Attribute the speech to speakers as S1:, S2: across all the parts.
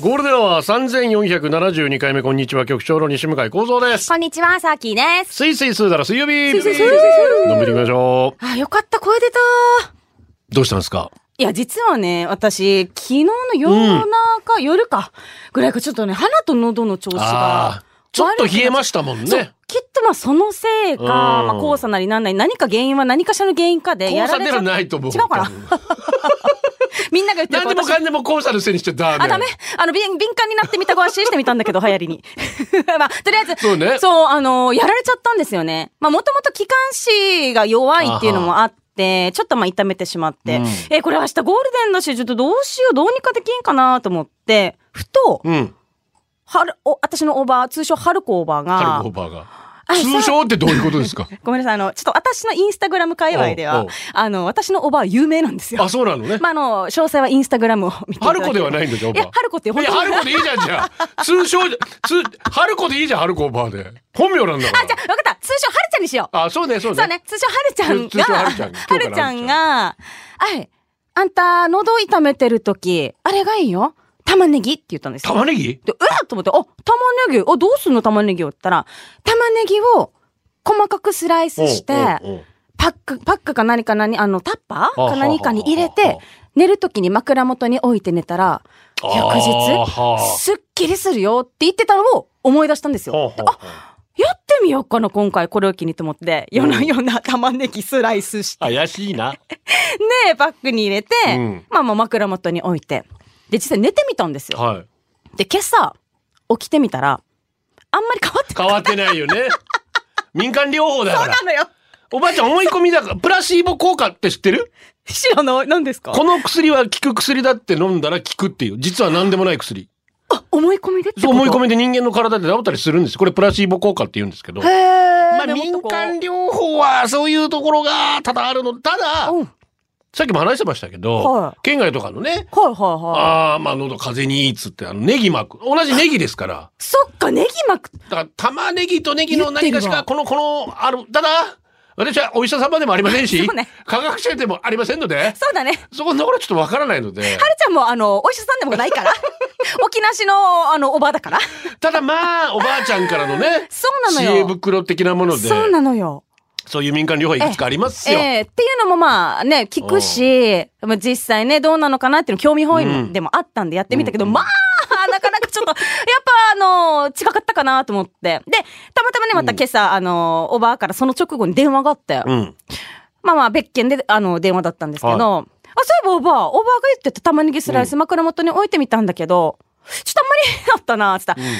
S1: ゴールデンは3472回目、こんにちは、局長の西向井幸三です。
S2: こんにちは、サーキーです。
S1: スイスイスーだら水曜日
S2: スイスイ
S1: のんびり行きましょ
S2: あ、よかった、声出た。
S1: う。どうしたんですか
S2: いや、実はね、私、昨日の夜中、夜か、ぐらいか、ちょっとね、鼻と喉の調子が
S1: ああ。ちょっと冷えま
S2: し
S1: したもん
S2: そう
S1: ね。
S2: きっとまあそのせいか、
S1: うん
S2: まあ黄砂なりなんなり何か原因は何かしらの原因かでや
S1: 交差で
S2: られちゃ
S1: は
S2: っ
S1: ないと思う。
S2: 違うか な
S1: 多分
S2: みんなが言ってる
S1: 何でも
S2: 私
S1: かんでも交差のせいにしちゃダメ。
S2: あ、ダメあの、びん敏感になってみたご安心してみたん だけど、流行りに。 まあ、とりあえず、
S1: そうね
S2: そう、あの、やられちゃったんですよね。まあ、もともと気管支が弱いっていうのもあって、ちょっとまあ痛めてしまって、
S1: うん
S2: えこれ明日ゴールデンだしちょっとどうしようどうにかできんかなと思ってふと、
S1: うん。
S2: はるお私のオーバー通称ハルコオーバー
S1: カル
S2: が
S1: コーバーが。
S2: あ
S1: 通称ってどういうことですか
S2: ごめんなさいあのちょっと私のインスタグラム界隈で
S1: おう
S2: は
S1: おう
S2: あの私のオーバー有名なんですよ
S1: あ、。そうなのね。
S2: まああの詳細はインスタグラムを見ていただければ
S1: ハルコではないんだじゃあオー
S2: い
S1: バー
S2: やハルコって
S1: い
S2: 本
S1: や、
S2: 当に
S1: ハルコでいいじゃん、じゃあ。通称じゃ、通、ハルコでいいじゃん、ハルコーバーで。本名なんだから。
S2: あ、じゃあ、わかった。通称、はるちゃんにしよう。
S1: あ、そうね、そうね。
S2: そうね。通称、はるちゃん
S1: 通称
S2: が、
S1: はるちゃん
S2: はるちゃんが、はい。あんた、喉痛めてる時あれがいいよ。玉ねぎって言ったんですよ。
S1: 玉ねぎ
S2: で、うわっと思って、あ、玉ねぎ、あ、どうすんの玉ねぎをって言ったら、玉ねぎを細かくスライスして、
S1: おうおうおう
S2: パック、パックか何か何、あの、タッパー
S1: はあ
S2: か何かに入れ
S1: はあはあ
S2: て
S1: はあ、
S2: 寝る時に枕元に置いて寝たら、翌
S1: あ
S2: 日、
S1: ーはあ
S2: すっきりするよって言ってたのを思い出したんですよ。
S1: ほうほうほう
S2: やってみようかな、今回、これを機にと思って、夜な 夜な玉ねぎスライスして、
S1: 怪しいな。
S2: ね、バッグに入れて、
S1: うん
S2: まあまあ枕元に置いて、で、実際寝てみたんですよ。
S1: はい。
S2: で、今朝、起きてみたら、あんまり変わって
S1: 変わってないよ ね。民間療法だ
S2: そ
S1: か
S2: う
S1: ら
S2: な。のよ。
S1: おばあちゃん思い込みだから、プラシーボ効果って知ってる
S2: 白の、何ですか
S1: この薬は効く薬だって飲んだら効くっていう。実は何でもない薬。
S2: あ、思い込みでって
S1: そ
S2: こ
S1: う
S2: と
S1: 思い込みで人間の体で治ったりするんです。これプラシーボ効果って言うんですけど。
S2: へー
S1: まあ
S2: でも
S1: 民間療法はそういうところが多々あるの。ただ、
S2: うん。はい
S1: さっきも話してましたけ
S2: は
S1: ど
S2: い、
S1: 県外とかのね、
S2: はいは
S1: ああ、まあ喉風邪にいいっつって、あのネギ巻く。同じネギですから。
S2: い。そっか、ネギ巻く。
S1: だから玉ねぎとネギの何かし
S2: 言
S1: か
S2: っ
S1: このこのあるただ私はお医者様でもありませんし、
S2: そうね
S1: 科学者でもありませんので
S2: そうだね。はる
S1: そこのところはちょっとわからないので
S2: ちゃんも、あの、お医者さんでもな いから。沖縄市の、あの、おばだから。
S1: ただまあおばあちゃんからのね
S2: そうな
S1: 知
S2: の
S1: 恵
S2: よ。
S1: 袋的なもので
S2: そうなのよ。
S1: そういう民間療法いくつかありますよ。
S2: ええっていうのもまあね、聞くし、まあ実際ね、どうなのかなっていうの興味本位でもあったんでやってみたけど、
S1: うん
S2: まあ、なかなかちょっと、やっぱあの、違かったかなと思って。で、たまたまね、また今朝、あの、おばあからその直後に電話があって、
S1: うん、
S2: まあまあ別件で、あの、電話だったんですけど、あ、そういえばおばあ、おばあが言ってた玉ねぎスライス枕元に置いてみたんだけど、ちょっとあんまりだったな、つったら、
S1: うん
S2: あ、い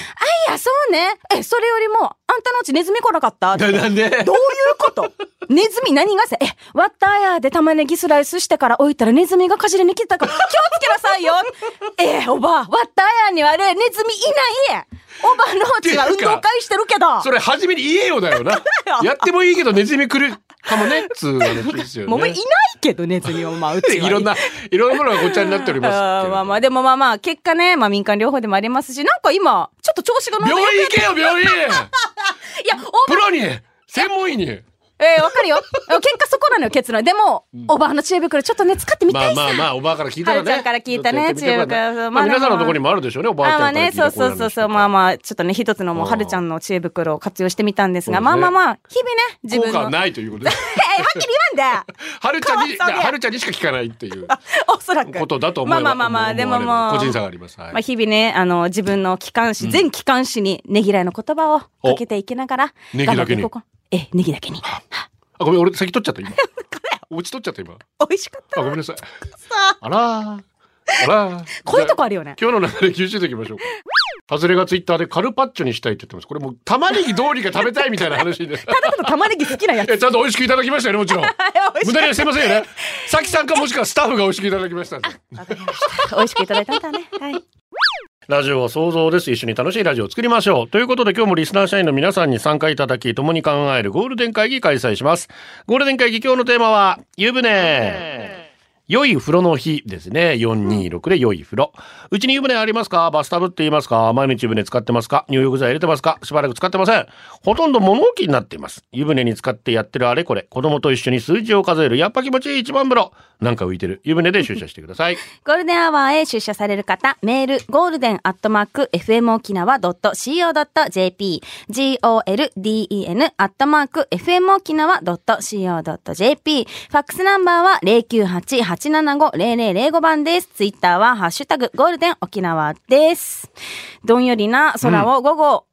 S2: や、そうね。え、それよりも、あんたのうちネズミ来なかったって
S1: でなんで
S2: どういうことネズミ何がせえ、ワッターヤーで玉ねぎスライスしてから置いたらネズミがかじりに来たから気をつけなさいよえー、おばあ、ワッターヤーにはあれ、ネズミいないおばあのうちは運動会してるけど
S1: それ初めに言えよだよ な
S2: よ
S1: やってもいいけどネズミ来るかもねっつう話ですよ
S2: もういない
S1: ね。
S2: けど、ネズミはまあ、うちは。
S1: いろんな。いろんなものがごっちゃになっておりますけれ
S2: あ
S1: ど
S2: ー まあまあ、でもまあまあ、結果ね、まあ民間療法でもありますし、なんか今、ちょっと調子が乗って
S1: 病院行けよ病院
S2: いや、
S1: プロに専門医に
S2: おえー、わかるよ。結果そこなのよ、結論。でも、おばあの知恵袋ちょっとね、使ってみ
S1: ま
S2: た
S1: あ
S2: いさ。
S1: まあまあ、おばあから聞いたら
S2: はるち
S1: ね。
S2: ゃんから聞いたね
S1: ちょっとやってみて
S2: 知恵袋
S1: まあ
S2: まあ
S1: 皆さんのところにもあるでしょうね、おばあち
S2: あ
S1: ゃん
S2: ま
S1: から
S2: あ
S1: 聞
S2: ね、
S1: いた
S2: そうそうそうそう、まあ
S1: あ。
S2: まあ、ちょっとね、一つのもう、
S1: うん
S2: はるちゃんの知恵袋を活用してみたんですが、
S1: そう
S2: ま
S1: ですね
S2: あまあまあ、日々ね、自
S1: 効
S2: 分
S1: 果
S2: の。
S1: は
S2: え
S1: ないということ で。
S2: えはっきり言わんで
S1: はるちゃんに、
S2: かわいそうね
S1: はるちゃんにしか聞かないっていう
S2: おそらく。
S1: ことだと思
S2: まあ
S1: えば
S2: まあまあまあ、でも
S1: 思わ
S2: も
S1: れる個
S2: う。
S1: 人差があります。はい
S2: まあ、日々ね、あの、自分の機関士、全機関士にねぎらいの言葉をかけていきながら、
S1: ネギだけに
S2: 頑張っていこうかえ、ネギだけに。
S1: あ、ごめん、俺先取っちゃった、 今。落ち取っちゃった、今。あ、
S2: 美味しかった。
S1: ごめんな さい。あらー。あらー。
S2: こういうとこあるよね。
S1: 今日の流れ吸収していきましょうか。ハズレがツイッターでカルパッチョにしたいって言ってます。これもう玉ねぎどうにか食べたいみたいな話 で。
S2: ただの玉ねぎ好きなやつ。
S1: えちゃんと美味しくいただきましたよね、もちろん。無駄にはしてませんよね。さきさんかもしくはスタッフが美味しくいただきましたんで。
S2: 美味しくいただいたんだね。はい。
S1: ラジオは想像です。一緒に楽しいラジオを作りましょう。ということで今日もリスナー社員の皆さんに参加いただき、共に考えるゴールデン会議開催します。ゴールデン会議今日のテーマは、湯船。良い風呂の日ですね。426で良い風呂。うちに湯船ありますかバスタブって言いますか毎日湯船使ってますか入浴剤入れてますかしばらく使ってません。ほとんど物置になっています。湯船に使ってやってるあれこれ。子供と一緒に数字を数える。やっぱ気持ちいい一番風呂。なんか浮いてる。湯船で出社してください。
S2: ゴールデンアワーへ出社される方、メール、ゴールデンアットマーク、fmokinawa.co.jp、golden アットマーク、fmokinawa.co.jp、ファックスナンバーは098-875-0005番です。ツイッターは、ハッシュタグ、ゴールデン沖縄です。どんよりな空を午後、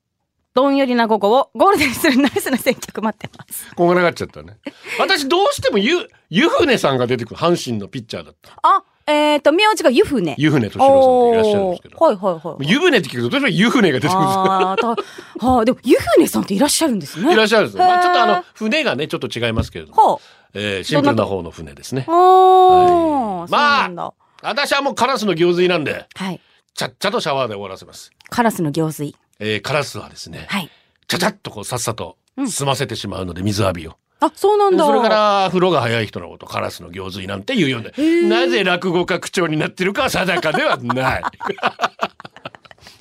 S2: どんよりな午後をゴールデンにするナイスな選曲待ってます。
S1: こんがらがっちゃったね。私どうしても湯、湯船さんが出てくる阪神のピッチャーだった。
S2: あ、えっ、と、名字が湯船。
S1: 湯船敏郎さんっていらっしゃるんですけ
S2: おー
S1: ど。
S2: はいはいはい。
S1: 湯船って聞くとどうしても湯船が出てくるんですよ。
S2: あーたはあ、でも、湯船さんっていらっしゃるんですね。
S1: いらっしゃるんですよ。まあ、
S2: へー
S1: ちょっとあの、船がね、ちょっと違いますけれども。
S2: ほう。
S1: えーシンプルな方の船ですね。
S2: おー、
S1: まあ
S2: そうなんだ。
S1: 私はもうカラスの行水なんで、
S2: はい。
S1: ちゃっちゃとシャワーで終わらせます。
S2: カラスの行水。
S1: えーカラスはですね、
S2: はい。
S1: ちゃちゃっとこうさっさと
S2: うん
S1: 済ませてしまうので、水浴びを。
S2: あ、そうなんだ。
S1: それか、ら、風呂が早い人のこと、カラスの行水なんて言うようで、なぜ落語家口調になってるかは定かではない。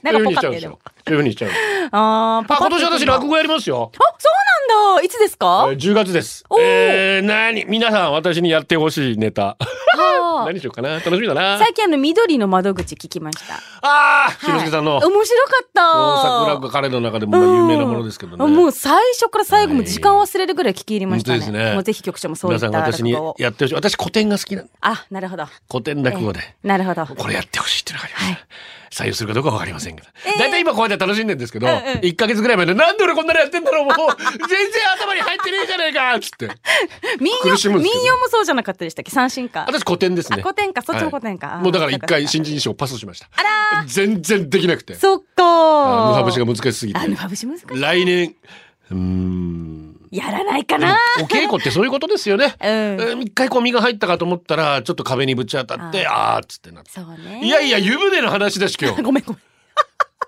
S2: なんかポ
S1: そ
S2: カ
S1: ういうふうに
S2: っ
S1: しちゃうん
S2: て
S1: ですよ。。そうい
S2: でも
S1: うふうに しちゃうんですよ。
S2: あー、
S1: あ、
S2: パパ
S1: 今
S2: って
S1: 年
S2: 言って
S1: 私
S2: た
S1: 落語やりますよ。
S2: あ、そうなんだ。いつです
S1: え
S2: か、
S1: ー10月です
S2: お。ー
S1: えー、なに皆さん私にやってほしいネタ。
S2: あー
S1: 何しようかな楽しみだな。
S2: 最近あの、緑の窓口聞きました。
S1: ああ、し
S2: は
S1: の
S2: い
S1: すけさんの。
S2: 面白かった。
S1: 大桜が彼の中でもまあ有名なものですけどね。
S2: うんもう最初から最後まで時間忘れるぐらい聞き入りましたね。
S1: 本当ですね
S2: もうぜひ局長もそうい
S1: 皆
S2: った
S1: さん私に
S2: 落語を
S1: やってほしい。私古典が好きなの
S2: あ、なるほど。
S1: 古典落語で。
S2: なるほど。
S1: これやってほしいっていうのがあります、採用するかどうかわかりませんけど。
S2: えー
S1: だいたい今こうやって楽しんでるんですけど、
S2: うんうん
S1: 1ヶ月ぐらい前で、なんで俺こんなのやってんだろう もう、全然頭に入ってねえじゃねえかつって。
S2: 民
S1: 苦し
S2: 謡、
S1: むんですけど
S2: 民謡もそうじゃなかったでしたっけ三振か。
S1: 私古典です
S2: あ、
S1: ね。
S2: 古典か、そっちも古典か。
S1: は
S2: あ
S1: い
S2: ー
S1: もうだから一回
S2: そっ
S1: 新人賞パスしました。
S2: かあらー
S1: 全然できなくて。
S2: そっか
S1: あ
S2: ー。
S1: のファブシが難しすぎて
S2: あ。ぬはぶし難しい。
S1: 来年、うーん。
S2: やらないかな
S1: お稽古ってそういうことですよね。
S2: うん。
S1: えー一回こう身が入ったかと思ったら、ちょっと壁にぶち当たって、あーっつってなって。
S2: そうね。
S1: いやいや、湯船の話だし今日。
S2: ごめんごめん。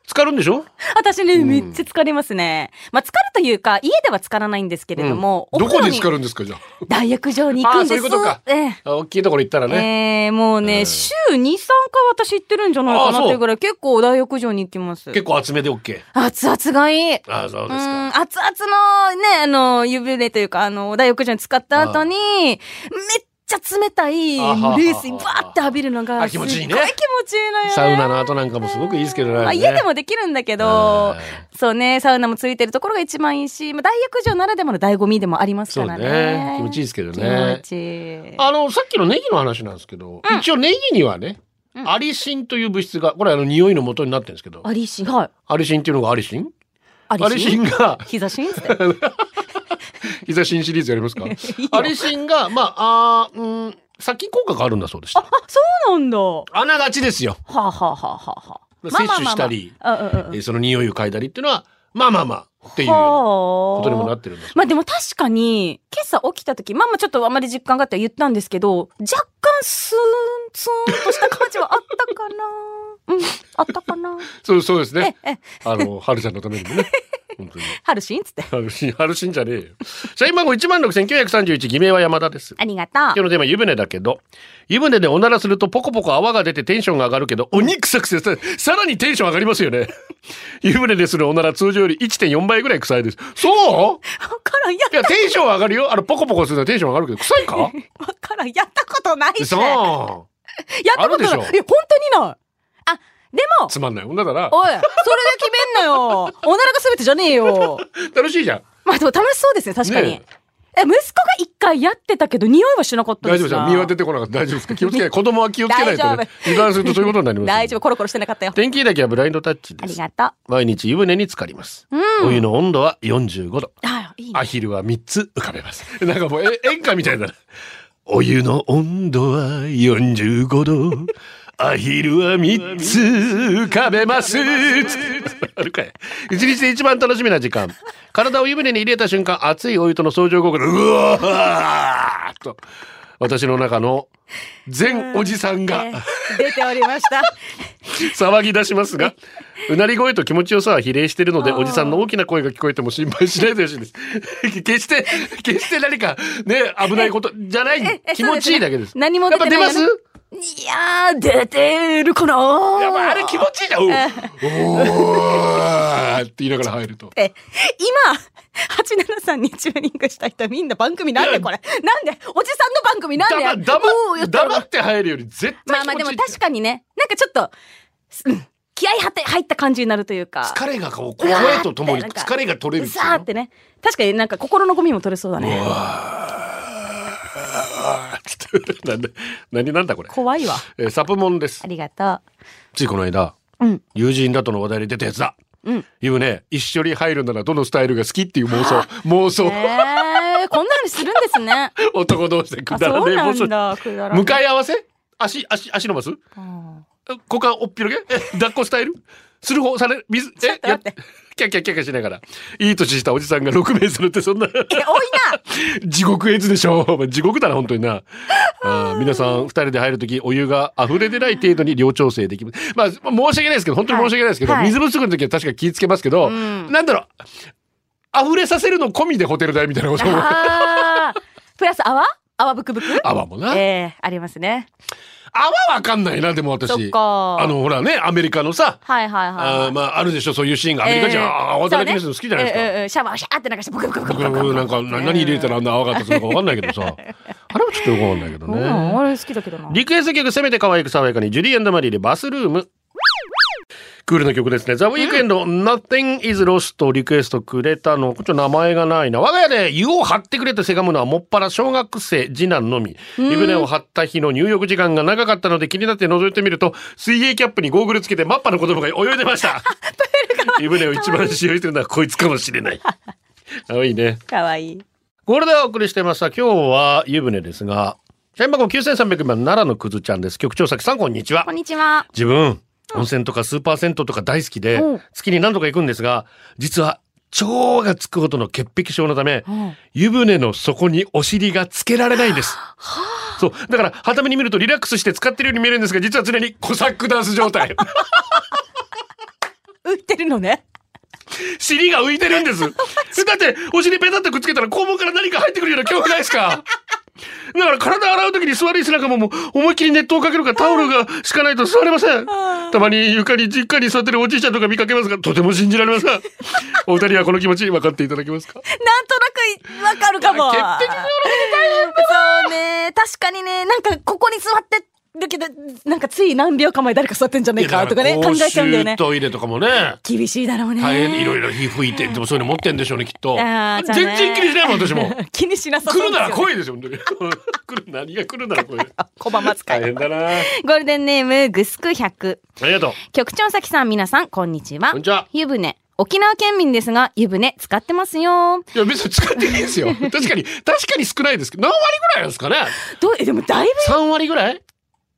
S1: 浸かるんでしょ
S2: 私ね、めっちゃ疲れますね。まあ、疲るというか、家では疲らないんですけれども、
S1: うん
S2: お
S1: ど
S2: 風
S1: こ
S2: 呂
S1: で
S2: に
S1: 浸かるんですかじゃあ。
S2: 大浴場に行くんです。
S1: あーそういうことか
S2: ええ
S1: あ大きいところ行ったらね。
S2: えーもう
S1: う
S2: ね、
S1: ん
S2: 週2、3回私行ってるんじゃない
S1: あ
S2: かなっ
S1: そう
S2: ていうぐらい、結構大浴場に行きます。
S1: 結構厚めで OK。
S2: 熱々がいい。
S1: ああ、そう
S2: う
S1: です
S2: ん、
S1: か。
S2: 熱々のね、あの、湯船というか、あの、大浴場に使った後に、めっちゃ冷たい
S1: あはは
S2: 冷水バーって浴びるのが、
S1: あ気持ちいいね
S2: すっごい気持ちいいのよね。
S1: サウナの後なんかもすごくいいですけどね。
S2: まあ、家でもできるんだけど
S1: うん、
S2: そうね、サウナもついてるところが一番いいし、まあ、大浴場ならでもの醍醐味でもあります
S1: そう
S2: からね。
S1: ね。気持ちいいですけどね
S2: 気持。ちいい。
S1: あの、さっきのネギの話なんですけど、一応ネギにはね、アリシンという物質が、これあの匂いの元になってるんですけど、
S2: アリシン、はい。
S1: アリシンっていうのがアリシン
S2: ア
S1: アリシンが、
S2: 膝シンって。は
S1: 膝新シリーズやりますか
S2: よ
S1: アリシンが、まあ、あーうん、殺菌効果があるんだそうでした。
S2: そうなんだ。は
S1: あながちですよ。
S2: あ、はあはあはあはあ、
S1: 摂取したり、
S2: まあまあまあ。うんうんうん。
S1: えーその匂いを嗅いだりっていうのは、まあまあまあ、っていうような
S2: こ
S1: ことにもなってるんです。
S2: まあでも確かに、今朝起きた時、まあまあちょっとあまり実感があって言ったんですけど、若干スーン、ツーンとした感じはあったかな。 うん、あったかな。
S1: そう、そうですね
S2: ええ。
S1: あの、春ちゃんのためにもね。本当に。
S2: ハルシンつって。
S1: 春信、春信じゃねえよ。社員番号16,931、偽名は山田です。
S2: ありがと
S1: 今日
S2: う。
S1: のテーマ湯船だけど湯船でおならするとポコポコ泡が出てテンションが上がるけどお肉臭くせささらにテンション上がりますよね 湯船でするおなら通常より1.4倍ぐらい臭いですそう
S2: わからん、や
S1: いやテンション上がるよあのポコポコするのはテンション上がるけど臭いか
S2: わからん、やったことないし。
S1: そう
S2: や
S1: あ
S2: ったことない。いや、
S1: る
S2: 本
S1: でしょ
S2: 当にない。あ、でも、
S1: つまんない女だな
S2: おい、それで決めんなよ。 おならが全てじゃねえよ。
S1: 楽しいじゃん
S2: まあでも楽しそうですね、確かに。
S1: ね
S2: え、息子が一回やってたけど、匂いはしなかったで
S1: 大丈夫
S2: す
S1: じゃ
S2: か
S1: ん身は出てこなかった大丈夫ですか気をつけ ない子供は気をつけないと
S2: 大丈
S1: ね油断するとそういうことになります
S2: 大丈夫、コロコロしてなかったよ。
S1: 天気だけはブラインドタッチ
S2: あ
S1: で
S2: り
S1: す
S2: がとう。
S1: 毎日湯船に浸かります、
S2: うん
S1: お湯の温度は45度
S2: あ、いいね。
S1: アヒルは3つ浮かべます。なんかもうえ 演歌みたいだな。お湯の温度は45度。アヒルは3つ浮かべます。あるかい。一日で一番楽しみな時間。体を湯船に入れた瞬間、熱いお湯との相乗効果で、うわーっと。私の中の全おじさん
S2: え
S1: が
S2: ー出ておりました。
S1: 騒ぎ出しますが、うなり声と気持ちよさは比例しているので、
S2: あー
S1: おじさんの大きな声が聞こえても心配しないでほし いです。決して、決して何かね、危ないことじゃな
S2: え
S1: い
S2: え、
S1: 気持ちいいだけです。
S2: そうですね何も出てないよね
S1: やっぱ出ます
S2: いやー、出てるかな
S1: やっぱあれ気持ちいいじゃん。おうおーって言いながら入ると。
S2: って今、八七さんにチューニングした人みんな番組なんでこれなんでおじさんの番組なんで
S1: 黙
S2: お
S1: 黙っ
S2: ー言ったら
S1: 黙って入るより絶
S2: ま
S1: 対
S2: あ
S1: 気
S2: まあ
S1: 持ちい
S2: で
S1: い
S2: も確かにね、なんかちょっと、すうん気合い張って入った感じになるというか。
S1: 疲れがこう声とともに
S2: うわーってなんか
S1: 疲れが取れるんですよ
S2: さーってね。確かになんか心のゴミも取れそうだね。
S1: あーつって なんだ何なんだこれ、
S2: 怖いわ。
S1: えーサプモンです
S2: ありがと
S1: ついこの間
S2: う。うん。
S1: 友人だとの話題に出たやつだ
S2: うん。
S1: ゆうね一緒に入るならどのスタイルが好きっていう妄想妄
S2: え
S1: 想
S2: ー、こんな話するんですね。
S1: 男同士でく
S2: あ、
S1: だら
S2: そう
S1: ねえ
S2: な
S1: 妄想
S2: んだ。くだらない
S1: 向かい合わせ足足足伸ばす
S2: うん
S1: 股間おっぴろげえ抱っこス タイルする方され水
S2: ちょっと待って
S1: やキャッキャッキャッキャしながらいい年したおじさんが6名するってそんな
S2: え、多いな
S1: 地獄絵図でしょお 前地獄だな本当になあー皆さん2人で入る時お湯が溢れてない程度に量調整できるまあ申し訳ないですけど本当に申し訳ないですけど、
S2: はいはい
S1: 水不足の時は確か気ぃつけますけど、
S2: うん
S1: なんだろう溢れさせるの込みでホテル代みたいなことも
S2: あープラス泡泡ブクブク
S1: 泡もな、
S2: ええありますね。
S1: 泡わかんないなでも
S2: そっ
S1: 私
S2: か。
S1: あのほらねアメリカのさ
S2: はいはいはい。
S1: あーまああるでしょそういうシーンがアメリカ人は泡だらけにするの好きじゃないですか、
S2: そうねええええシャワーシャーってなんかしてブクブクブク
S1: 僕 なんかな何入れたらあんな泡が立つのかわかんないけどさあれはちょっとよくわかんないけど
S2: う
S1: ね、
S2: ん、俺好きだけどな。
S1: リクエスト曲せめて可愛く爽やかにジュリーマリーでバスルームクールな曲ですね。ザ・ウィークエンド、Nothing is Lost リクエストくれたの。こっちの名前がないな。我が家で湯を張ってくれとせがむのはもっぱら小学生、次男のみ。湯船を張った日の入浴時間が長かったので気になって覗いてみると、水泳キャップにゴーグルつけてマッパの子供が泳いでました。湯船を一番使用してるのはこいつかもしれない。可愛いね。
S2: かわいい。
S1: これでお送りしてました。今日は湯船ですが、社員番号9300番奈良のくずちゃんです。局長さきさん、こんにちは
S2: こん。にちは。
S1: 自分、温泉とかスーパー銭湯とか大好きで
S2: うん、
S1: 月に何度か行くんですが、実は、腸がつくほどの潔癖症のため
S2: うん、
S1: 湯船の底にお尻がつけられないんです。そう。だから、はために見るとリラックスして使ってるように見えるんですが、実は常にコサックダンス状態。
S2: 浮いてるのね。
S1: 尻が浮いてるん です。だって、お尻ペタッとくっつけたら肛門から何か入ってくるような恐怖ないですかだから体洗うときに座り椅子なんかももう思いっきり熱湯をかけるかタオルがしかないと座れません。たまに床にじっかり座ってるおじいちゃんとか見かけますが、とても信じられま せん。お二人はこの気持ち分かっていただけますか
S2: なんとなくわかるかも。
S1: 潔癖症の
S2: そうね。確かにね、なんかここに座ってるけど、なんかつい何秒か前誰か座ってんじゃねえかとかね、考えちゃうんだよね。
S1: トイレとかもね。
S2: 厳しいだろうね。
S1: 大変いろいろ火吹いて、でもそういうの持ってんでしょうね、きっと。
S2: あーじゃあ
S1: 全
S2: ね
S1: 然気にしないもん、私も。
S2: 気にしなさ
S1: 来
S2: そうで
S1: るな
S2: すよね
S1: ら来いですよ、本当に。 来る、何が来るなら来い。
S2: 小浜使
S1: 大
S2: い
S1: 変。だな。あ
S2: ゴールデンネーム、グスク100。
S1: りがとう。
S2: 局長さきさん、皆さん、こんにちは。
S1: こんにちは
S2: 湯船。沖縄県民ですが、湯船使ってますよ。
S1: いや別に使っていいです よ。確かに確かに少ないですけど何割ぐらいなんですかね。
S2: どう、えでもだいぶ
S1: 三割ぐらい？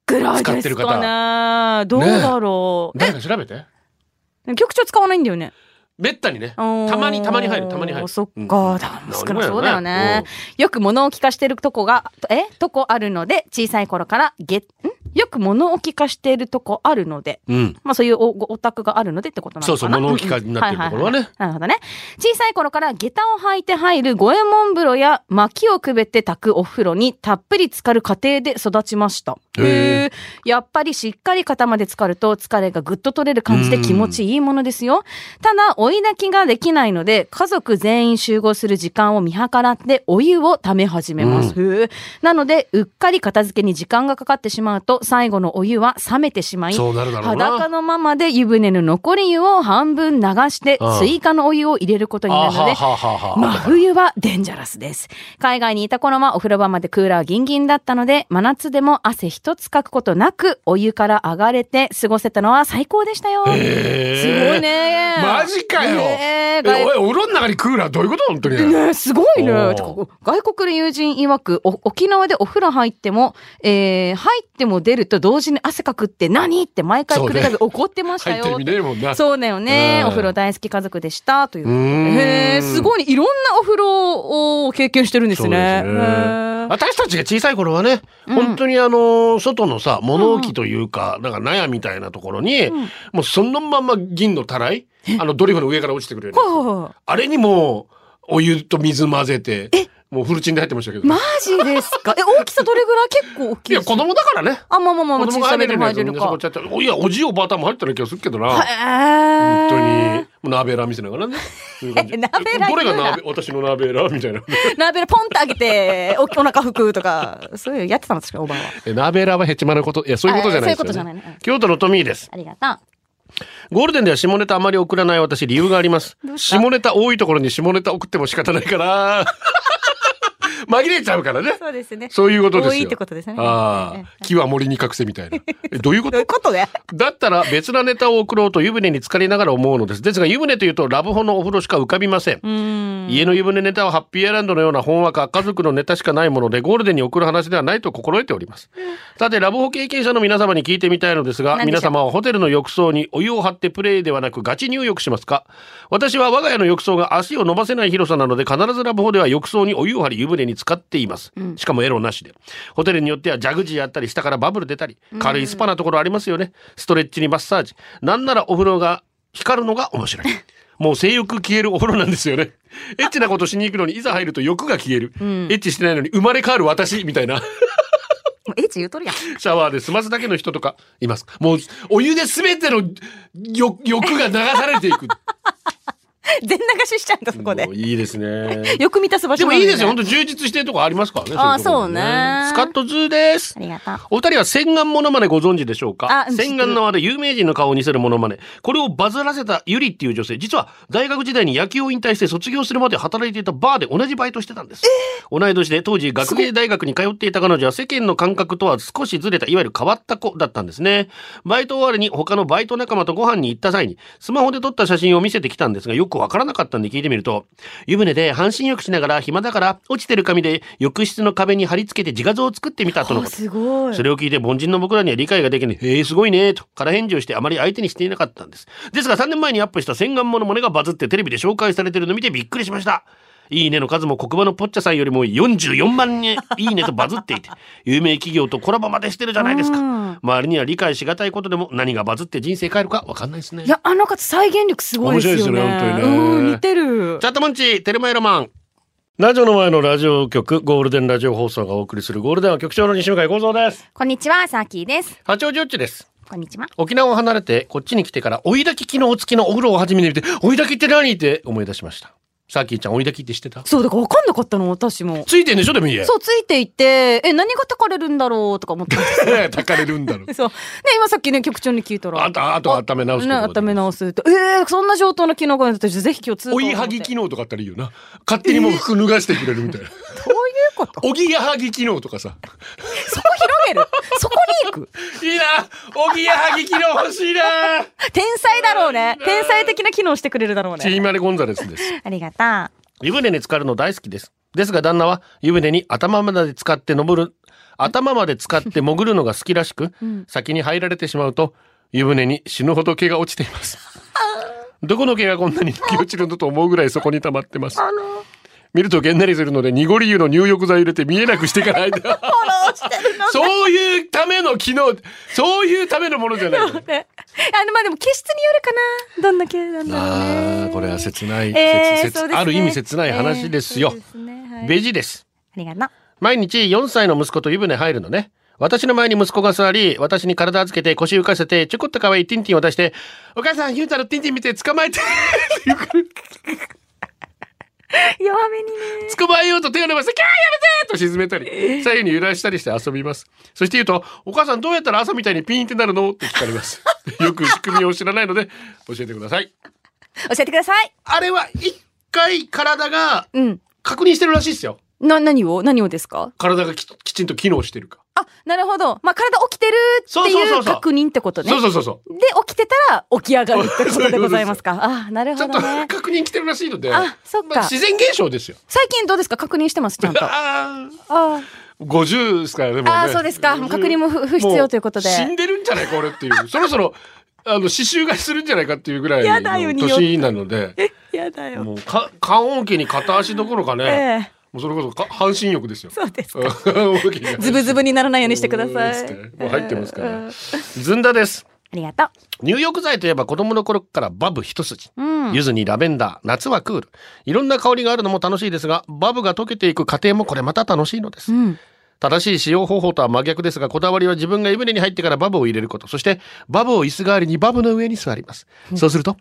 S2: ぐらい
S1: 使っ
S2: で
S1: て
S2: す
S1: る
S2: かね。どうだろう。
S1: 誰か調べて。
S2: え、局長使わないんだよね。
S1: めったにね。
S2: あー
S1: たまにたまに入るたまに入る。
S2: そっ
S1: うん
S2: か、だ
S1: ん
S2: 少なそうだよね。よく物置き化してるとこが、えとこあるので、小さい頃から、げ、んよく物置き化してるとこあるので、
S1: うん。
S2: まあそういうおお宅があるのでってことなのかな
S1: そうそう物置化になってるところはね
S2: いい いなるほどね。小さい頃から下駄を履いて入る五右衛門風呂や薪をくべて炊くお風呂にたっぷり浸かる過程で育ちました。
S1: へー
S2: へーやっぱりしっかり肩まで浸かると疲れがぐっと取れる感じで気持ちいいものですよ。ただ、追い炊きができないので、家族全員集合する時間を見計らってお湯をため始めます。へーなので、うっかり片付けに時間がかかってしまうと、最後のお湯は冷めてしまい、
S1: そうなるだろう
S2: 裸
S1: な。
S2: のままで湯船の残り湯を半分流して
S1: うん
S2: 追加のお湯を入れることにな
S1: あ
S2: るので
S1: はははは。
S2: 真冬はデンジャラスです。海外にいた頃はお風呂場までクーラーギンギンだったので、真夏でも汗一つかくことなくお湯から上がれて過ごせたのは最高でしたよ。
S1: へー
S2: すごいね。
S1: マジかよ。
S2: ね
S1: え
S2: え
S1: おいお風呂の中にクーラーどういうこと本当に。
S2: ねえすごいね
S1: おー
S2: てか外国の友人曰くお沖縄でお風呂入っても、えー入っても出ると同時に汗かくって何って毎回
S1: そうね
S2: 繰り返し怒ってました
S1: 入っ
S2: よ
S1: てる意味ねえもんな。
S2: そうだよね、
S1: うん
S2: お風呂大好き家族でしたという
S1: うーん
S2: へえすごいねいろんなお風呂を経験してるんです
S1: そうで
S2: ね
S1: すね
S2: へえ
S1: 私たちが小さい頃はね、本当にあの外のさ物置というか、なんか納屋みたいなところに、もうそのまんま銀のたらいあのドリフの上から落ちてくるようなやつ
S2: ほう
S1: あれにもうお湯と水混ぜて
S2: え
S1: もうフルチンで入ってましたけど、
S2: マジですかえ大きさどれぐらい結構大きい
S1: いや子供だからね
S2: あまあまあまあ
S1: 子
S2: まあ
S1: 供
S2: 小
S1: が
S2: さ
S1: 入れ
S2: め
S1: てるやつ
S2: でも入れ
S1: み
S2: る
S1: んなそ
S2: か
S1: こちゃっちゃおいやおじいおばあたんも入ってる気がするけどな、
S2: へ
S1: 本当に
S2: え
S1: もう鍋ラ見せながらねそういう 感じ
S2: 鍋ラ
S1: どれが
S2: 言うな
S1: 鍋私の鍋ラみたいな
S2: ラベルポンって上げておお腹膨とかそういうやってたんですかおばあは
S1: え鍋ラはヘチマのこといやそういうことじゃないですよ、ね、
S2: あそういうことじゃないねうん
S1: 京都のトミーです
S2: ありがと
S1: ゴールデンでは下ネタあまり送らない私理由があります
S2: う。した
S1: 下ネタ多いところに下ネタ送っても仕方ないから。 紛れちゃうからね
S2: う。そうですね
S1: そういうことですよ。
S2: 多いってことですね
S1: ああ、木は森に隠せみ たいな。えどういうこ
S2: どうい
S1: と
S2: うことで
S1: だったら別なネタを送ろうと湯船に浸かりながら思うのです。ですが湯船というとラブホのお風呂しか浮かびません。家の湯船ネタはハッピーエランドのような本話か家族のネタしかないものでゴールデンに送る話ではないと心得ております。さてラブホ経験者の皆様に聞いてみたいのですが
S2: 何でし
S1: 皆
S2: ょう
S1: 様はホテルの浴槽にお湯を張ってプレイではなくガチ入浴しますか私は我が家の浴槽が足を伸ばせない広さなので必ずラブホでは浴槽にお湯を張り湯船に浸かっています。しかもエロなしで。ホテルによってはジャグジーやったり下からバブル出たり軽いスパなところありますよね。ストレッチにマッサージ。なんならお風呂が光るのが面白い。もう性欲消えるお風呂なんですよね。エッチなことしに行くのにいざ入ると欲が消える。エッチしてないのに生まれ変わる私みたいな。
S2: もうエイチ言うとるやん
S1: シャワーで済ますだけの人とかいます。もう、お湯で全ての欲欲が流されて いく。
S2: 全流ししちゃうんだそこで
S1: もういい ですね。
S2: よく満たす場
S1: で
S2: 所
S1: も
S2: なん
S1: いいですよ。本当充実してるとこありますからね。
S2: あー
S1: いところ
S2: そうね
S1: スカットズーです
S2: あ。りがとう
S1: お二人は洗顔モノマネご存知でしょうか
S2: あうん
S1: 洗顔の輪で有名人の顔を似せるモノマネ。これをバズらせたゆりっていう女性。実は大学時代に野球を引退して卒業するまで働いていたバーで同じバイトしてたんです。同い年で当時学芸大学に通っていた彼女は世間の感覚とは少しずれた、いわゆる変わった子だったんですね。バイト終わりに他のバイト仲間とご飯に行った際に、スマホで撮った写真を見せてきたんですが、よくわからなかったんで聞いてみると、湯船で半身浴しながら暇だから落ちてる紙で浴室の壁に貼り付けて自画像を作ってみたとのこと。
S2: すごい
S1: それを聞いて凡人の僕らには理解ができない。へえ、すごいね、と。から返事をしてあまり相手にしていなかったんです。ですが3年前にアップした洗顔モノマネがバズってテレビで紹介されてるのを見てびっくりしました。いいねの数も黒板のポッチャさんよりも44万人いいねとバズっていて、有名企業とコラボまでしてるじゃないですか。周りには理解しがたいことでも何がバズって人生変えるかわかんないですね。
S2: いやあの方再現力すごいですよね
S1: 面白いですよね本当にね
S2: うん似てる
S1: チャットモンチー、テルマエロマン。ラジオの前のラジオ局、ゴールデンラジオ放送がお送りするゴールデンは局長の西向井幸三です。
S2: こんにちはサーキーです
S1: 八王子よっちです。
S2: こんにちは
S1: 沖縄を離れてこっちに来てから追い炊き機能付きのお風呂を始めてみて追い炊きって何って思い出しましたさっきーちゃん追い炊きって知ってた
S2: そうだから分かんなかったの私も
S1: ついてんでしょでも家
S2: そうついていてえ何が炊かれるんだろうとか思って まし
S1: 炊かれるんだろ
S2: たそうね今さっきね局長に聞いたら
S1: あとあと温め直す
S2: ね
S1: とこ
S2: 温め直すとえー、そんな上等な機能があるんだったらぜひ今日通
S1: 追いはぎ機能とかあったらいいよな勝手にもう服脱がしてくれるみたいな
S2: そういうこと
S1: おぎやはぎ機能とかさ
S2: そこ広げるそこに行く
S1: いいなおぎやはぎ機能欲しいな
S2: 天才だろうね天才的な機能してくれるだろう
S1: チ
S2: ね
S1: ーマネゴンザレスです
S2: ありがた
S1: 湯船に浸かるの大好きです。ですが旦那は湯船に頭まで使って登る、頭まで使って潜るのが好きらしく、先に入られてしまうと、湯船に死ぬほど毛が落ちています。どこの毛がこんなに抜け落ちるのと思うぐらいそこに溜まってます。見るとげんなりするので濁り湯の入浴剤入れて見えなくしてから入ってそういうための機能そういうためのものじゃない
S2: あであのまあでも気質によるかなどんな系なんだろう
S1: あ
S2: ね
S1: あこれは切ない、
S2: えー
S1: 切切
S2: そうですね
S1: ある意味切ない話ですよ、
S2: えーそうですねはい
S1: ベジです
S2: ありがとう
S1: 毎日4歳の息子と湯船入るのね。私の前に息子が座り、私に体預けて腰浮かせて、ちょこっと可愛いティンティンを出して、お母さん、ゆうたのティンティン見て捕まえて
S2: 弱めにね
S1: 捕まえようと手を伸ばして、キャーやめてと沈めたり、左右に揺らしたりして遊びます。そして言うと、お母さんどうやったら朝みたいにピーンってなるのって聞かれます。 よく仕組みを知らないので、教えてください。
S2: 教えてください
S1: あれは一回体が
S2: うん
S1: 確認してるらしいですよ。
S2: な何を何をですか
S1: 体がききちんと機能してるか。
S2: あなるほどまあ体起きてる
S1: そ
S2: っ
S1: う
S2: て
S1: そうそ
S2: いうう
S1: そう
S2: 確認ってことね
S1: そうそうそうそう。
S2: で起きてたら起き上がるってことでございますかあなる
S1: ちょ
S2: ほ
S1: っと
S2: どね
S1: 確認来てるらしいので、
S2: あそっか
S1: まあ自然現象ですよ。
S2: 最近どうですか確認してますちゃんとあ
S1: あー
S2: あ
S1: 50ですからね、もうね
S2: ああそうですかもう確認も不不必
S1: も
S2: 要ということで
S1: 死んでるんじゃないか、俺っていう。そろそろ、 あの、刺繍がするんじゃないかっていうぐらい
S2: やだよ
S1: の年なので、
S2: やだよ
S1: もう、か、棺桶に片足どころかね、
S2: ええ
S1: もうそれこそか半身浴ですよ。
S2: そうですか。
S1: 大きいから
S2: ズブズブにならないようにしてくださ
S1: う
S2: い
S1: ーんつっ。てもう入ってますか
S2: うん
S1: ら
S2: あ。
S1: ずんだです。
S2: りがと
S1: 入浴剤といえば子供の頃からバブ一筋。
S2: う。うん。
S1: 柚子にラベンダー、夏はクール。いろんな香りがあるのも楽しいですが、バブが溶けていく過程もこれまた楽しいのです
S2: う。ん。
S1: 正しい使用方法とは真逆ですが、こだわりは自分が湯船に入ってからバブを入れること。そして、バブを椅子代わりにバブの上に座ります。そうすると、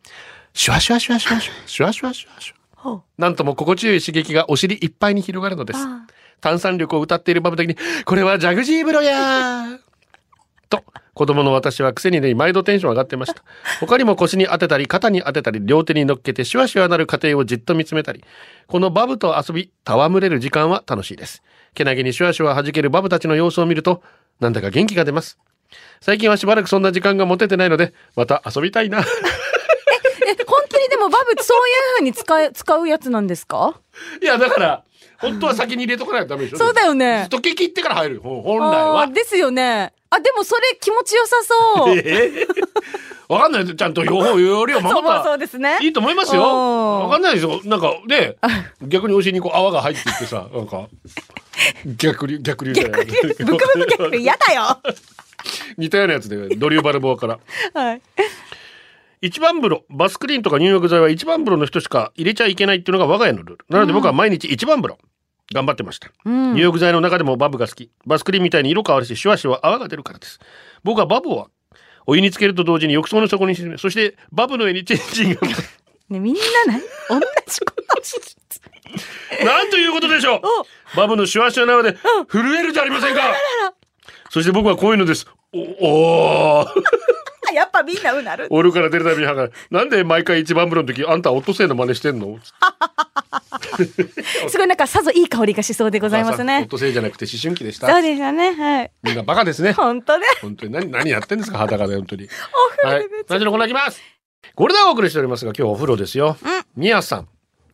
S1: シュワシュワシュワシュワシュワ、シュワシュワシュワシュ
S2: ほう
S1: ワ。なんとも心地よい刺激がお尻いっぱいに広がるのです。
S2: あ
S1: 炭酸力を歌っているバブ的に、これはジャグジー風呂やーと、子供の私は癖になり毎度テンション上がってました。他にも腰に当てたり、肩に当てたり、両手に乗っけてシュワシュワなる過程をじっと見つめたり、このバブと遊び、戯れる時間は楽しいです。けなげにシュワシュワ弾けるバブたちの様子を見ると、なんだか元気が出ます。最近はしばらくそんな時間が持ててないので、また遊びたいな。
S2: え、本当にでもバブそういう風に使え、使う やつなんですか
S1: いや、だから、本当は先に入れとかないとダメでしょ
S2: そうだよね。
S1: 溶け切ってから入るよ。ほ本来は
S2: あー。ですよね。あ、でもそれ気持ちよさそう。
S1: ええ わかんないですちゃんと予報よりは守
S2: そう
S1: っ
S2: まあそう
S1: た
S2: ですね。
S1: いいと思いますよ
S2: おー
S1: わかんないですよなんかね逆にお尻にこう泡が入っていってさなんか逆流逆流じゃない
S2: ブクブク逆に嫌だよ。
S1: 似たようなやつでドリューバルボアから
S2: はい。
S1: 一番風呂バスクリーンとか入浴剤は一番風呂の人しか入れちゃいけないっていうのが我が家のルールなので僕は毎日一番風呂頑張ってました
S2: うん
S1: 入浴剤の中でもバブが好きバスクリーンみたいに色変わるしシュワシュワ泡が出るからです僕はバブはお湯につけると同時に浴槽の底に沈めそしてバブの上にチンチンが
S2: ね、みんなな、同じことし
S1: なんということでしょうバブのシュワシュワなので震えるじゃありませんかそして僕はこういうのですおおー
S2: あやっぱみんなうなる。
S1: オールから出るたびに測るなんで毎回一番風呂の時あんたオットセイの真似してんの
S2: すごいなんかさぞいい香りがしそうでございます
S1: お母さんオ
S2: ね
S1: ッ。トセイじゃなくて思春期でし
S2: そ
S1: た
S2: うですよね。はい。
S1: みんなバカですね
S2: 本当ね。
S1: 本当に何何やってんですか裸で本 当に
S2: お風
S1: は
S2: 呂
S1: い
S2: でめっちゃ。
S1: 最初のコーナーいきますこれではお送りしておりますが今日お風呂ですよみやさん
S2: あ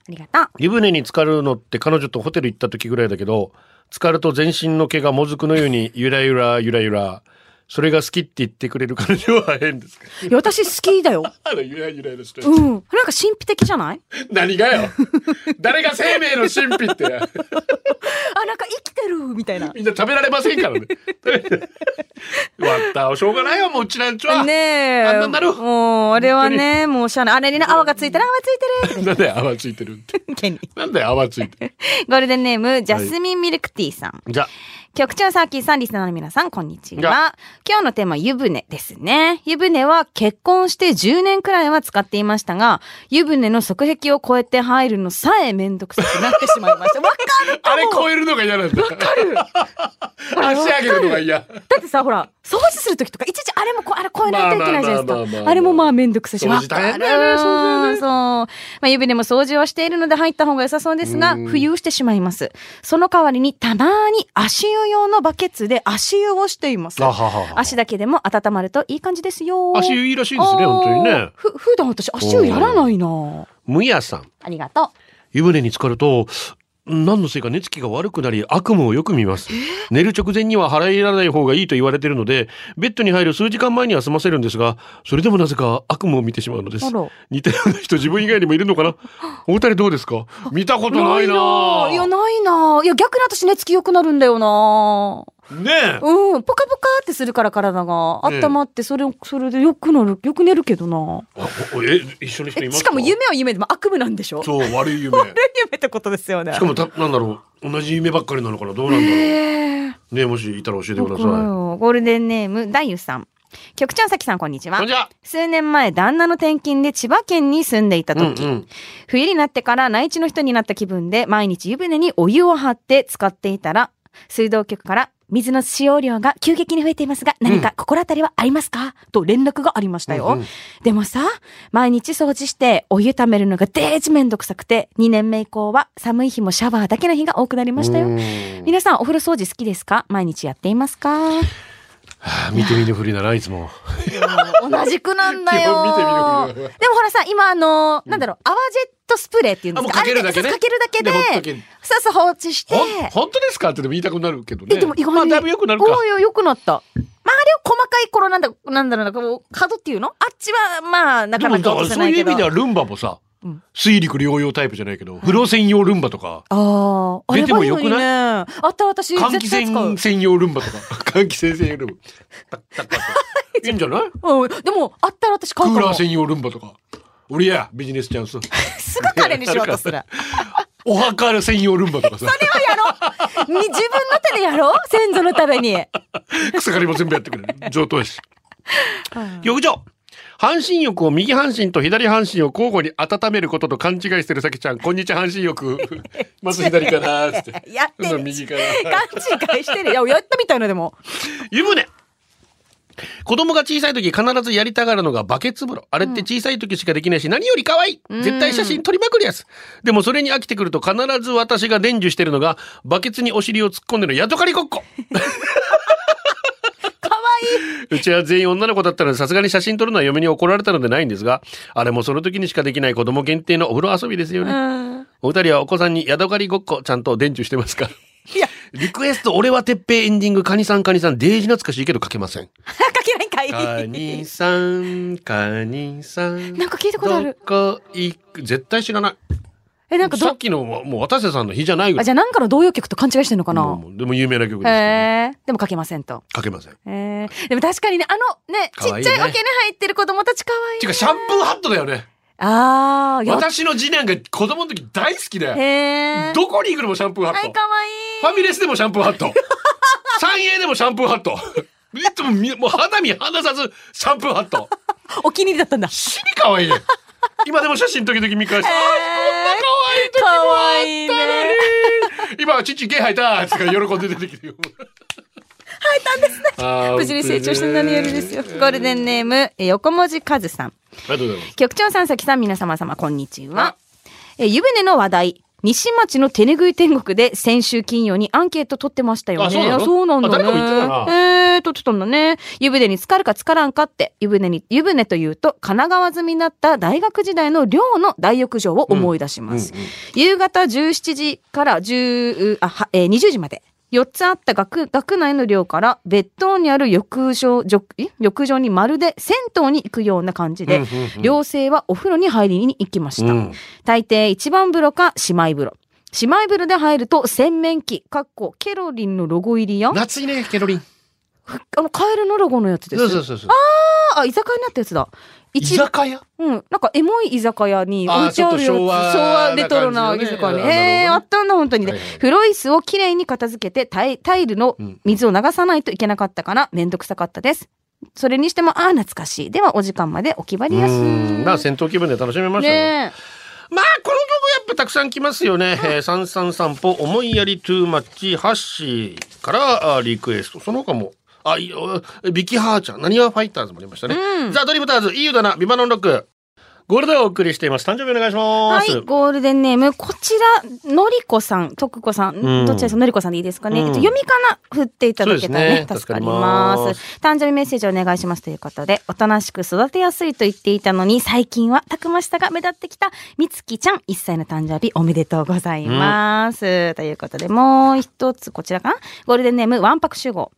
S2: りがとう。
S1: 湯船に浸かるのって彼女とホテル行った時ぐらいだけど浸かると全身の毛がもずくのようにゆらゆらゆらゆらそれが好きって言ってくれる彼女は変ですか
S2: いや私好きだよ。
S1: あのゆらゆらゆらしてる
S2: うん。なんか神秘的じゃない
S1: 何がよ誰が生命の神秘って
S2: あ、なんか生きてるみたいな。
S1: みんな食べられません からね終わったしょうがないよもううちなんちは
S2: ねえ。
S1: あんなになる
S2: もう、あれはね、もうしゃあない。あれにね泡がついてる、泡ついてる。
S1: なんで泡ついてるって
S2: ケニー
S1: なんで泡ついてる
S2: ゴールデンネーム、ジャスミンミルクティーさん。
S1: じゃあ
S2: 局長サーキーさん、リスナーの皆さん、こんにち
S1: じゃ
S2: は。今日のテーマ、湯船ですね。湯船は結婚して10年くらいは使っていましたが、湯船の側壁を越えて入るのさえめんどくさくなってしまいました。わか る
S1: あれ超えるのが嫌なんだわかる 足上げるのが嫌
S2: だってさ、ほら、掃除するときとか、いちいちあれもこう、あれ超えないといけないじゃない
S1: まあまあまあまあ
S2: です
S1: まあ
S2: か。あれもまあめんどくさいし、
S1: 掃
S2: わ
S1: 除
S2: か
S1: 大変
S2: る。
S1: だよね
S2: そう。まあ、湯船も掃除をしているので入った方が良さそうですが、浮遊してしまいます。その代わりに、たまに足湯用のバケツで足湯をしています。
S1: あははは
S2: 足だけでも温まるといい感じですよ。
S1: 足湯いいらしいですね
S2: あー
S1: 本当にね
S2: ふ、普段私足湯やらないな
S1: むやさん
S2: ありがと
S1: 湯船に浸かると何のせいか寝つきが悪くなり悪夢をよく見ます寝る直前には腹いらない方がいいと言われているのでベッドに入る数時間前には済ませるんですがそれでもなぜか悪夢を見てしまうのです
S2: あら
S1: 似たような人自分以外にもいるのかなお二人どうですか見たこ
S2: う。
S1: とないない
S2: や、ないないや、逆に私寝つき良くなるんだよな
S1: ねえ
S2: うん、ポカポカってするから体が
S1: ええ
S2: 温まって、それを、それで良くなる、よく寝るけどな
S1: あおえ一緒に人い
S2: え
S1: ます
S2: し
S1: か
S2: かも夢は夢でも悪夢なんでしょ悪
S1: そう悪い夢し
S2: 夢ってことですよね。
S1: かもたなんだろう同じ夢ばっかりなのかなどうなんだろう
S2: えー
S1: ねえもしいたら教えてくだ
S2: だから
S1: さ
S2: よゴールデンネーム、ダイユさん。局長さきさん、こんにち
S1: い
S2: は
S1: こんに。ちは
S2: 数年前、旦那の転勤で千葉県に住んでいた
S1: うんう
S2: 時、
S1: ん
S2: 冬になってから内地の人になった気分で毎日湯船にお湯を張って使っていたら水道局から水の使用量が急激に増えていますが何か心当たりはありますか、と連絡がありましたよ、
S1: うんうん
S2: でもさ毎日掃除してお湯ためるのがデージめんどくさくて2年目以降は寒い日もシャワーだけの日が多くなりましたよ、
S1: うん
S2: 皆さんお風呂掃除好きですか毎日やっていますか
S1: あ見て見ぬふりだないつも。
S2: 同じくなんだ
S1: 基
S2: よ
S1: 本見てみろ見てみろ
S2: でもほらさ今あのなんだろう泡ジェットスプレーっていうんですか
S1: あもうかけるだけね
S2: あれそうかけるだけ
S1: で
S2: で
S1: ほっとける
S2: さっさ放置して
S1: ほん本当ですかってでも言いたくなるけどね。
S2: えでも意外に、
S1: まあだいぶ良くなるか。
S2: おいおい良くなった。まああれは細かい頃なんだなんだろうなこう角っていうの？あっちはまあな
S1: で
S2: か
S1: も
S2: な
S1: だ
S2: か
S1: から
S2: 落とせ
S1: そ
S2: な
S1: う
S2: い
S1: いう意
S2: けど。
S1: 味ではルンバもさ、
S2: うん
S1: 水陸両用タイプじゃないけど、風呂専用ルンバとか、
S2: ああ、あれ
S1: 出ても
S2: ばいい
S1: よ
S2: の
S1: く
S2: に
S1: ない
S2: ね。あった私
S1: 換
S2: 絶
S1: 気
S2: 対使う
S1: 扇。専用ルンバとか、換気扇専用ルン バ。タッタッタッタッいいんじゃない
S2: うん、でもあったら私
S1: ク
S2: 買
S1: ー
S2: うか
S1: ラ
S2: も。
S1: ー
S2: す
S1: 専用ルンバとか。俺や、ビジネスチャンス。
S2: ぐ彼にしようとする。
S1: お墓専用ルンバとかさ、
S2: に自分の手でやろう先祖のために。
S1: 草刈りも全部やってくれる。上等やし。浴場半身浴を右半身と左半身を交互に温めることと勘違いしてるさきちゃん、こんにちは半身 浴。まず左かなーって。
S2: やって
S1: そ
S2: る
S1: の右から。
S2: 勘違いしてる。いや、やったみたいなでも。
S1: 湯船子供が小さい時必ずやりたがるのがバケツ風呂。あれって小さい時しかできないし、何より可愛い絶対写真撮りまくるやつ。でもそれに飽きてくると必ず私が伝授してるのが、バケツにお尻を突っ込んでるヤドカリごっこ。
S2: 可愛
S1: うちは全員女の子だったので、さすがに写真撮るのは嫁に怒られたのでないんですが、あれもその時にしかできない子供限定のお風呂遊びですよね。
S2: い。
S1: お二人はお子さんにヤドカリごっこちゃんと伝授してますか
S2: いや、
S1: リクエスト、俺はてっぺいエンディング、カニさんカニさん、デージ懐かしいけど書けません。
S2: かけないんかい。
S1: カニさん、カニさん。
S2: なんか聞いたことある。
S1: どこ行く絶対知らない。
S2: え、なんか
S1: さっ
S2: ど、
S1: きのももう渡瀬さんの日じゃないぐら
S2: あ、
S1: い。
S2: じゃあなんかの童謡曲と勘違いしてんのかな
S1: もうでも有名な曲です、ね。
S2: へえ。でもかけませんと。
S1: かけません。っ
S2: えー、でも確かにね、あのね、
S1: 可
S2: ち
S1: 愛
S2: っ
S1: い
S2: ち
S1: ね
S2: ゃいおけに入ってる子供たち可愛い
S1: ていうか、シャンプーハットだよね。
S2: ああ、やっ
S1: 私の次男が子供の時大好き
S2: へ
S1: で。
S2: え。
S1: どこに行くのもシャンプーハ
S2: は
S1: ット。
S2: い、可愛
S1: ファミレスでもシャンプーハ ット。三栄でもシャンプーハット。いつもみもう肌身離さずシャンプーハット。
S2: い。お気に入りだったんだ。
S1: 死に可愛い。今でも写真時々見返して、あーこんな可愛い時もあった
S2: 可
S1: の
S2: 愛いね。
S1: 今は父ゲイ吐いたとか喜んで出てきてよ。吐いたんですね。
S2: 無事に成長したの何よりですよ。ゴールデンネーム、え横文字和さん。
S1: ありがとうございます。
S2: 局長さん、さきさん、皆様様、こんにちは。え湯船の話題。西町の手拭い天国で先週金曜にアンケート取ってましたよね。
S1: あそうなの
S2: いやそうなんだね。
S1: あ誰かも言ってた
S2: えー、取ってたんだね。湯船に浸かるか浸からんかって、湯船に、湯船というと、神奈川済みだった大学時代の寮の大浴場を思い出します。夕方17時から10あは、えー、20時まで。4つあった学学内の寮から別棟にある浴場じょえ浴場にまるで銭湯に行くような感じで、寮生はお風呂に入りに行きました、
S1: うん
S2: 大抵一番風呂か姉妹風呂姉妹風呂で入ると洗面器かっこケロリンのロゴ入りや
S1: 夏いね、ケロリン。
S2: あのカエルのロゴのやつです
S1: そうそうそうそう。
S2: ああ居酒屋になったやつだ
S1: 居
S2: 一
S1: 酒屋
S2: うん、なんかエモい居酒屋に
S1: あー
S2: 置いてあるやつ
S1: ちょっと昭和な
S2: 昭和レトロな
S1: 感じ
S2: 居
S1: のね
S2: 酒屋に、
S1: うん
S2: えー、あったんだ本当にね、
S1: はいはい
S2: 風呂椅子をきれいに片付けてタイタイルの水を流さないといけなかったからめんどくさかったですそれにしてもああ懐かしいではお時間までお決まりやす
S1: うん、まあ戦闘気分で楽しめましたね。
S2: ねえ
S1: まあこの曲やっぱたくさん来ますよね。えー三三散歩思いやりトゥーマッチハッシーからあーリクエスト。その他も。あ、いいよビキハーちゃん、何はファイターズもありましたね。ザ・ドリブターズ、いい湯だな、ビバノンロック。ゴールドをお送りしています。誕生日お願いしま
S2: は
S1: す。
S2: い、ゴールデンネーム、こちら、のりこさん、とくこさん、
S1: うん
S2: どっちですのりこさんでいいですかね。
S1: うん
S2: えっと読み仮名振っていただけたらね
S1: そうですね
S2: 助かりま。
S1: 助かります
S2: 誕生日メッセージお願いしますということで、おとなしく育てやすいと言っていたのに、最近はたくましさが目立ってきた、みつきちゃん、1歳の誕生日おめでとうございます。ということで、もう一つ、こちらかなゴールデンネーム、わんぱく集合。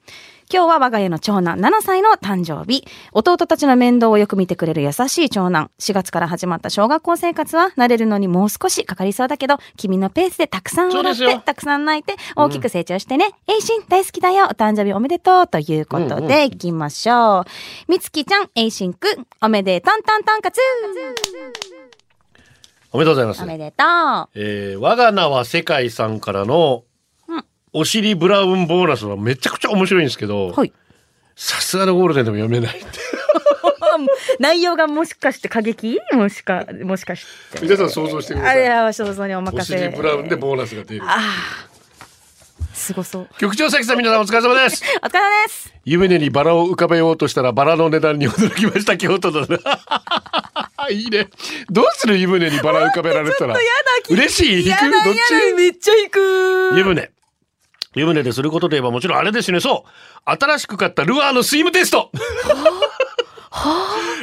S2: 今日は我が家の長男7歳の誕生日。弟たちの面倒をよく見てくれる優しい長男。4月から始まった小学校生活は慣れるのにもう少しかかりそうだけど、君のペースでたくさん笑っ
S1: そうです
S2: て
S1: よ、
S2: たくさん泣いて、大きく成長してね。えいしん大好きだよ。お誕生日おめでとう。ということで、いきましょう。みつきちゃん、えいしんくん、おめでとんとんとんかつ
S1: おめでとうございます
S2: お。めでとう。
S1: えー、我が名は世界さんからの、お尻ブラウンボーナスはめちゃくちゃ面白いんですけど、
S2: はい。
S1: さすがのゴールデンでも読めないって。
S2: 内容がもしかして過激もしか、もしかして。
S1: 皆さん想像してくだ
S2: あ
S1: さ
S2: れ
S1: い。
S2: は想像にお
S1: お
S2: 任せ。
S1: 尻ブラウンでボーナスが出る。
S2: すごそう。
S1: 局長関さん皆さんお疲れ様です。
S2: お疲れ様です。
S1: 湯船にバラを浮かべようとしたらバラの値段に驚きました京都だな。 いいね。どうする湯船にバラ浮かべられてたら。嬉しい引く
S2: やだ
S1: どっ
S2: やだめっちゃ引
S1: ち湯
S2: く。
S1: 船。湯船ですることといえばもちろんあれですよね。そう。新しく買ったルアーのスイムテスト。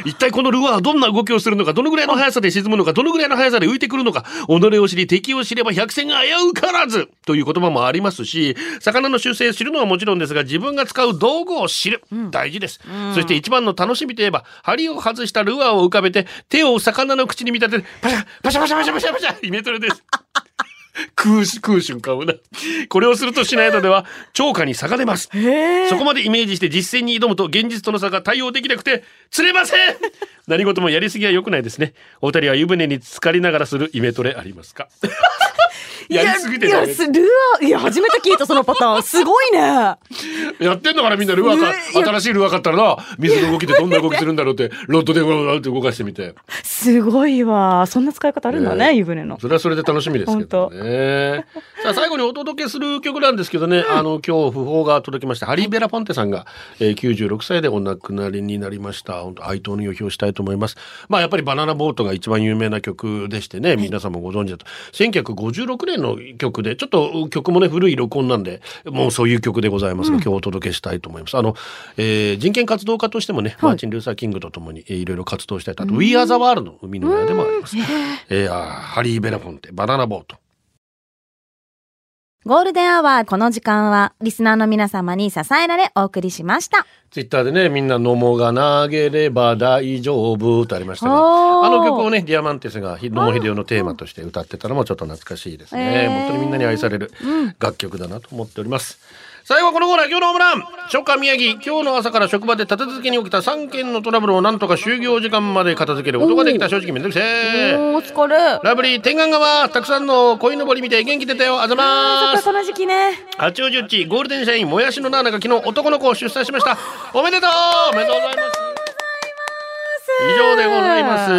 S1: 一体このルアーはどんな動きをするのか、どのぐらいの速さで沈むのか、どのぐらいの速さで浮いてくるのか、己を知り敵を知れば百戦が危うからずという言葉もありますし、魚の習性を知るのはもちろんですが、自分が使う道具を知る。大事です。そして一番の楽しみといえば、針を外したルアーを浮かべて、手を魚の口に見立てて、パシャパシャパシャパシャパシャパシャイメトレです。食うし、食う瞬間をな。これをするとしないのでは、超過に差が出ます。そこまでイメージして実践に挑むと現実との差が対応できなくて、釣れません何事もやりすぎは良くないですね。お二人は湯船に浸かりながらするイメトレありますかやりすぎて
S2: い
S1: ダ
S2: や
S1: メ
S2: いやすルアーいや初めて聞いたそのパターンすごいね
S1: やってんだからみんなルアーか
S2: ねいや
S1: 新しいルアー買ったらな、水の動きでどんな動きするんだろうって、ロッドでうわうわうわって動かしてみて。
S2: すごいわそんな使い方あるんだね、
S1: ねえ
S2: 湯船の
S1: それはそれで楽しみですけどね。さあ、最後にお届けする曲なんですけどね、あの、今日訃報が届きました、ハリー・ベラ・ポンテさんが、えー96歳でお亡くなりになりました。本当哀悼の意を表したいと思います。まあ、やっぱりバナナボートが一番有名な曲でしてね、皆さんもご存知だと。1956年の曲で、ちょっと曲もね、古い録音なんで、もうそういう曲でございますが、今日お届けしたいと思います。あの、えー人権活動家としてもね、マーチン・ルーサー・キングと共に、えーいろいろ活動したいと。あと、We Are the World の生みの親でもあります。えー、あーハリー・ベラフォンテ、バナナボート。
S2: ゴールデンアワーこの時間はリスナーの皆様に支えられお送りしました
S1: ツイッターでね、みんな、のもが投げれば大丈夫とありましたが、
S2: おー
S1: あの曲をね、ディアマンテスがひ野茂英雄のテーマとして歌ってたのもちょっと懐かしいですね。
S2: えー
S1: 本当にみんなに愛される楽曲だなと思っております。最後はこのコーナー、今日のホームラン初夏宮城、今日の朝から職場で立て続けに起きた3件のトラブルをなんとか就業時間まで片付けることができた正直めんどくせ
S2: お
S1: ー。
S2: ーお疲れ
S1: ラブリー、天眼川、たくさんの鯉のぼり見て元気出たよ、あざまーす。
S2: この時期ね
S1: 八王子うちゴールデン社員もやしのナーナが昨日男の子を出産しましたおめでとうおめでとうございます以上でございます
S2: お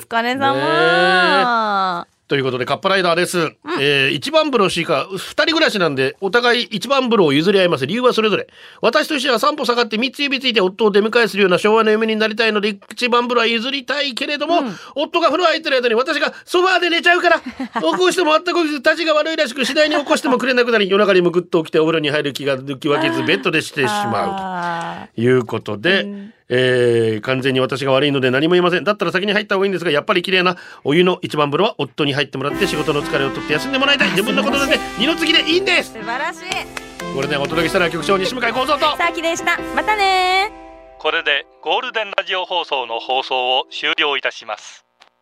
S2: 疲れ様、
S1: ということでカッパライダーです、えー一番風呂しか二人暮らしなんでお互い一番風呂を譲り合います理由はそれぞれ私としては三歩下がって三つ指ついて夫を出迎えするような昭和の夢になりたいので一番風呂は譲りたいけれども、夫が風呂入ってる間に私がソファーで寝ちゃうから起こしても全く起きず立ちが悪いらしく次第に起こしてもくれなくなり夜中にむくっと起きてお風呂に入る気が抜き分けずベッドでしてしまうと。
S2: あ
S1: いうことで、えー完全に私が悪いので何も言いません。だったら先に入った方がいいんですが、やっぱり綺麗なお湯の一番風呂は夫に入ってもらって仕事の疲れを取って休んでもらいたい。自分のことなんで二の次でいいんです
S2: ー。素晴らしい
S1: これでお届けしたのは局長西向井幸三と。
S2: さあきでしたまたね
S3: これでゴールデンラジオ放送の放送を終了いたします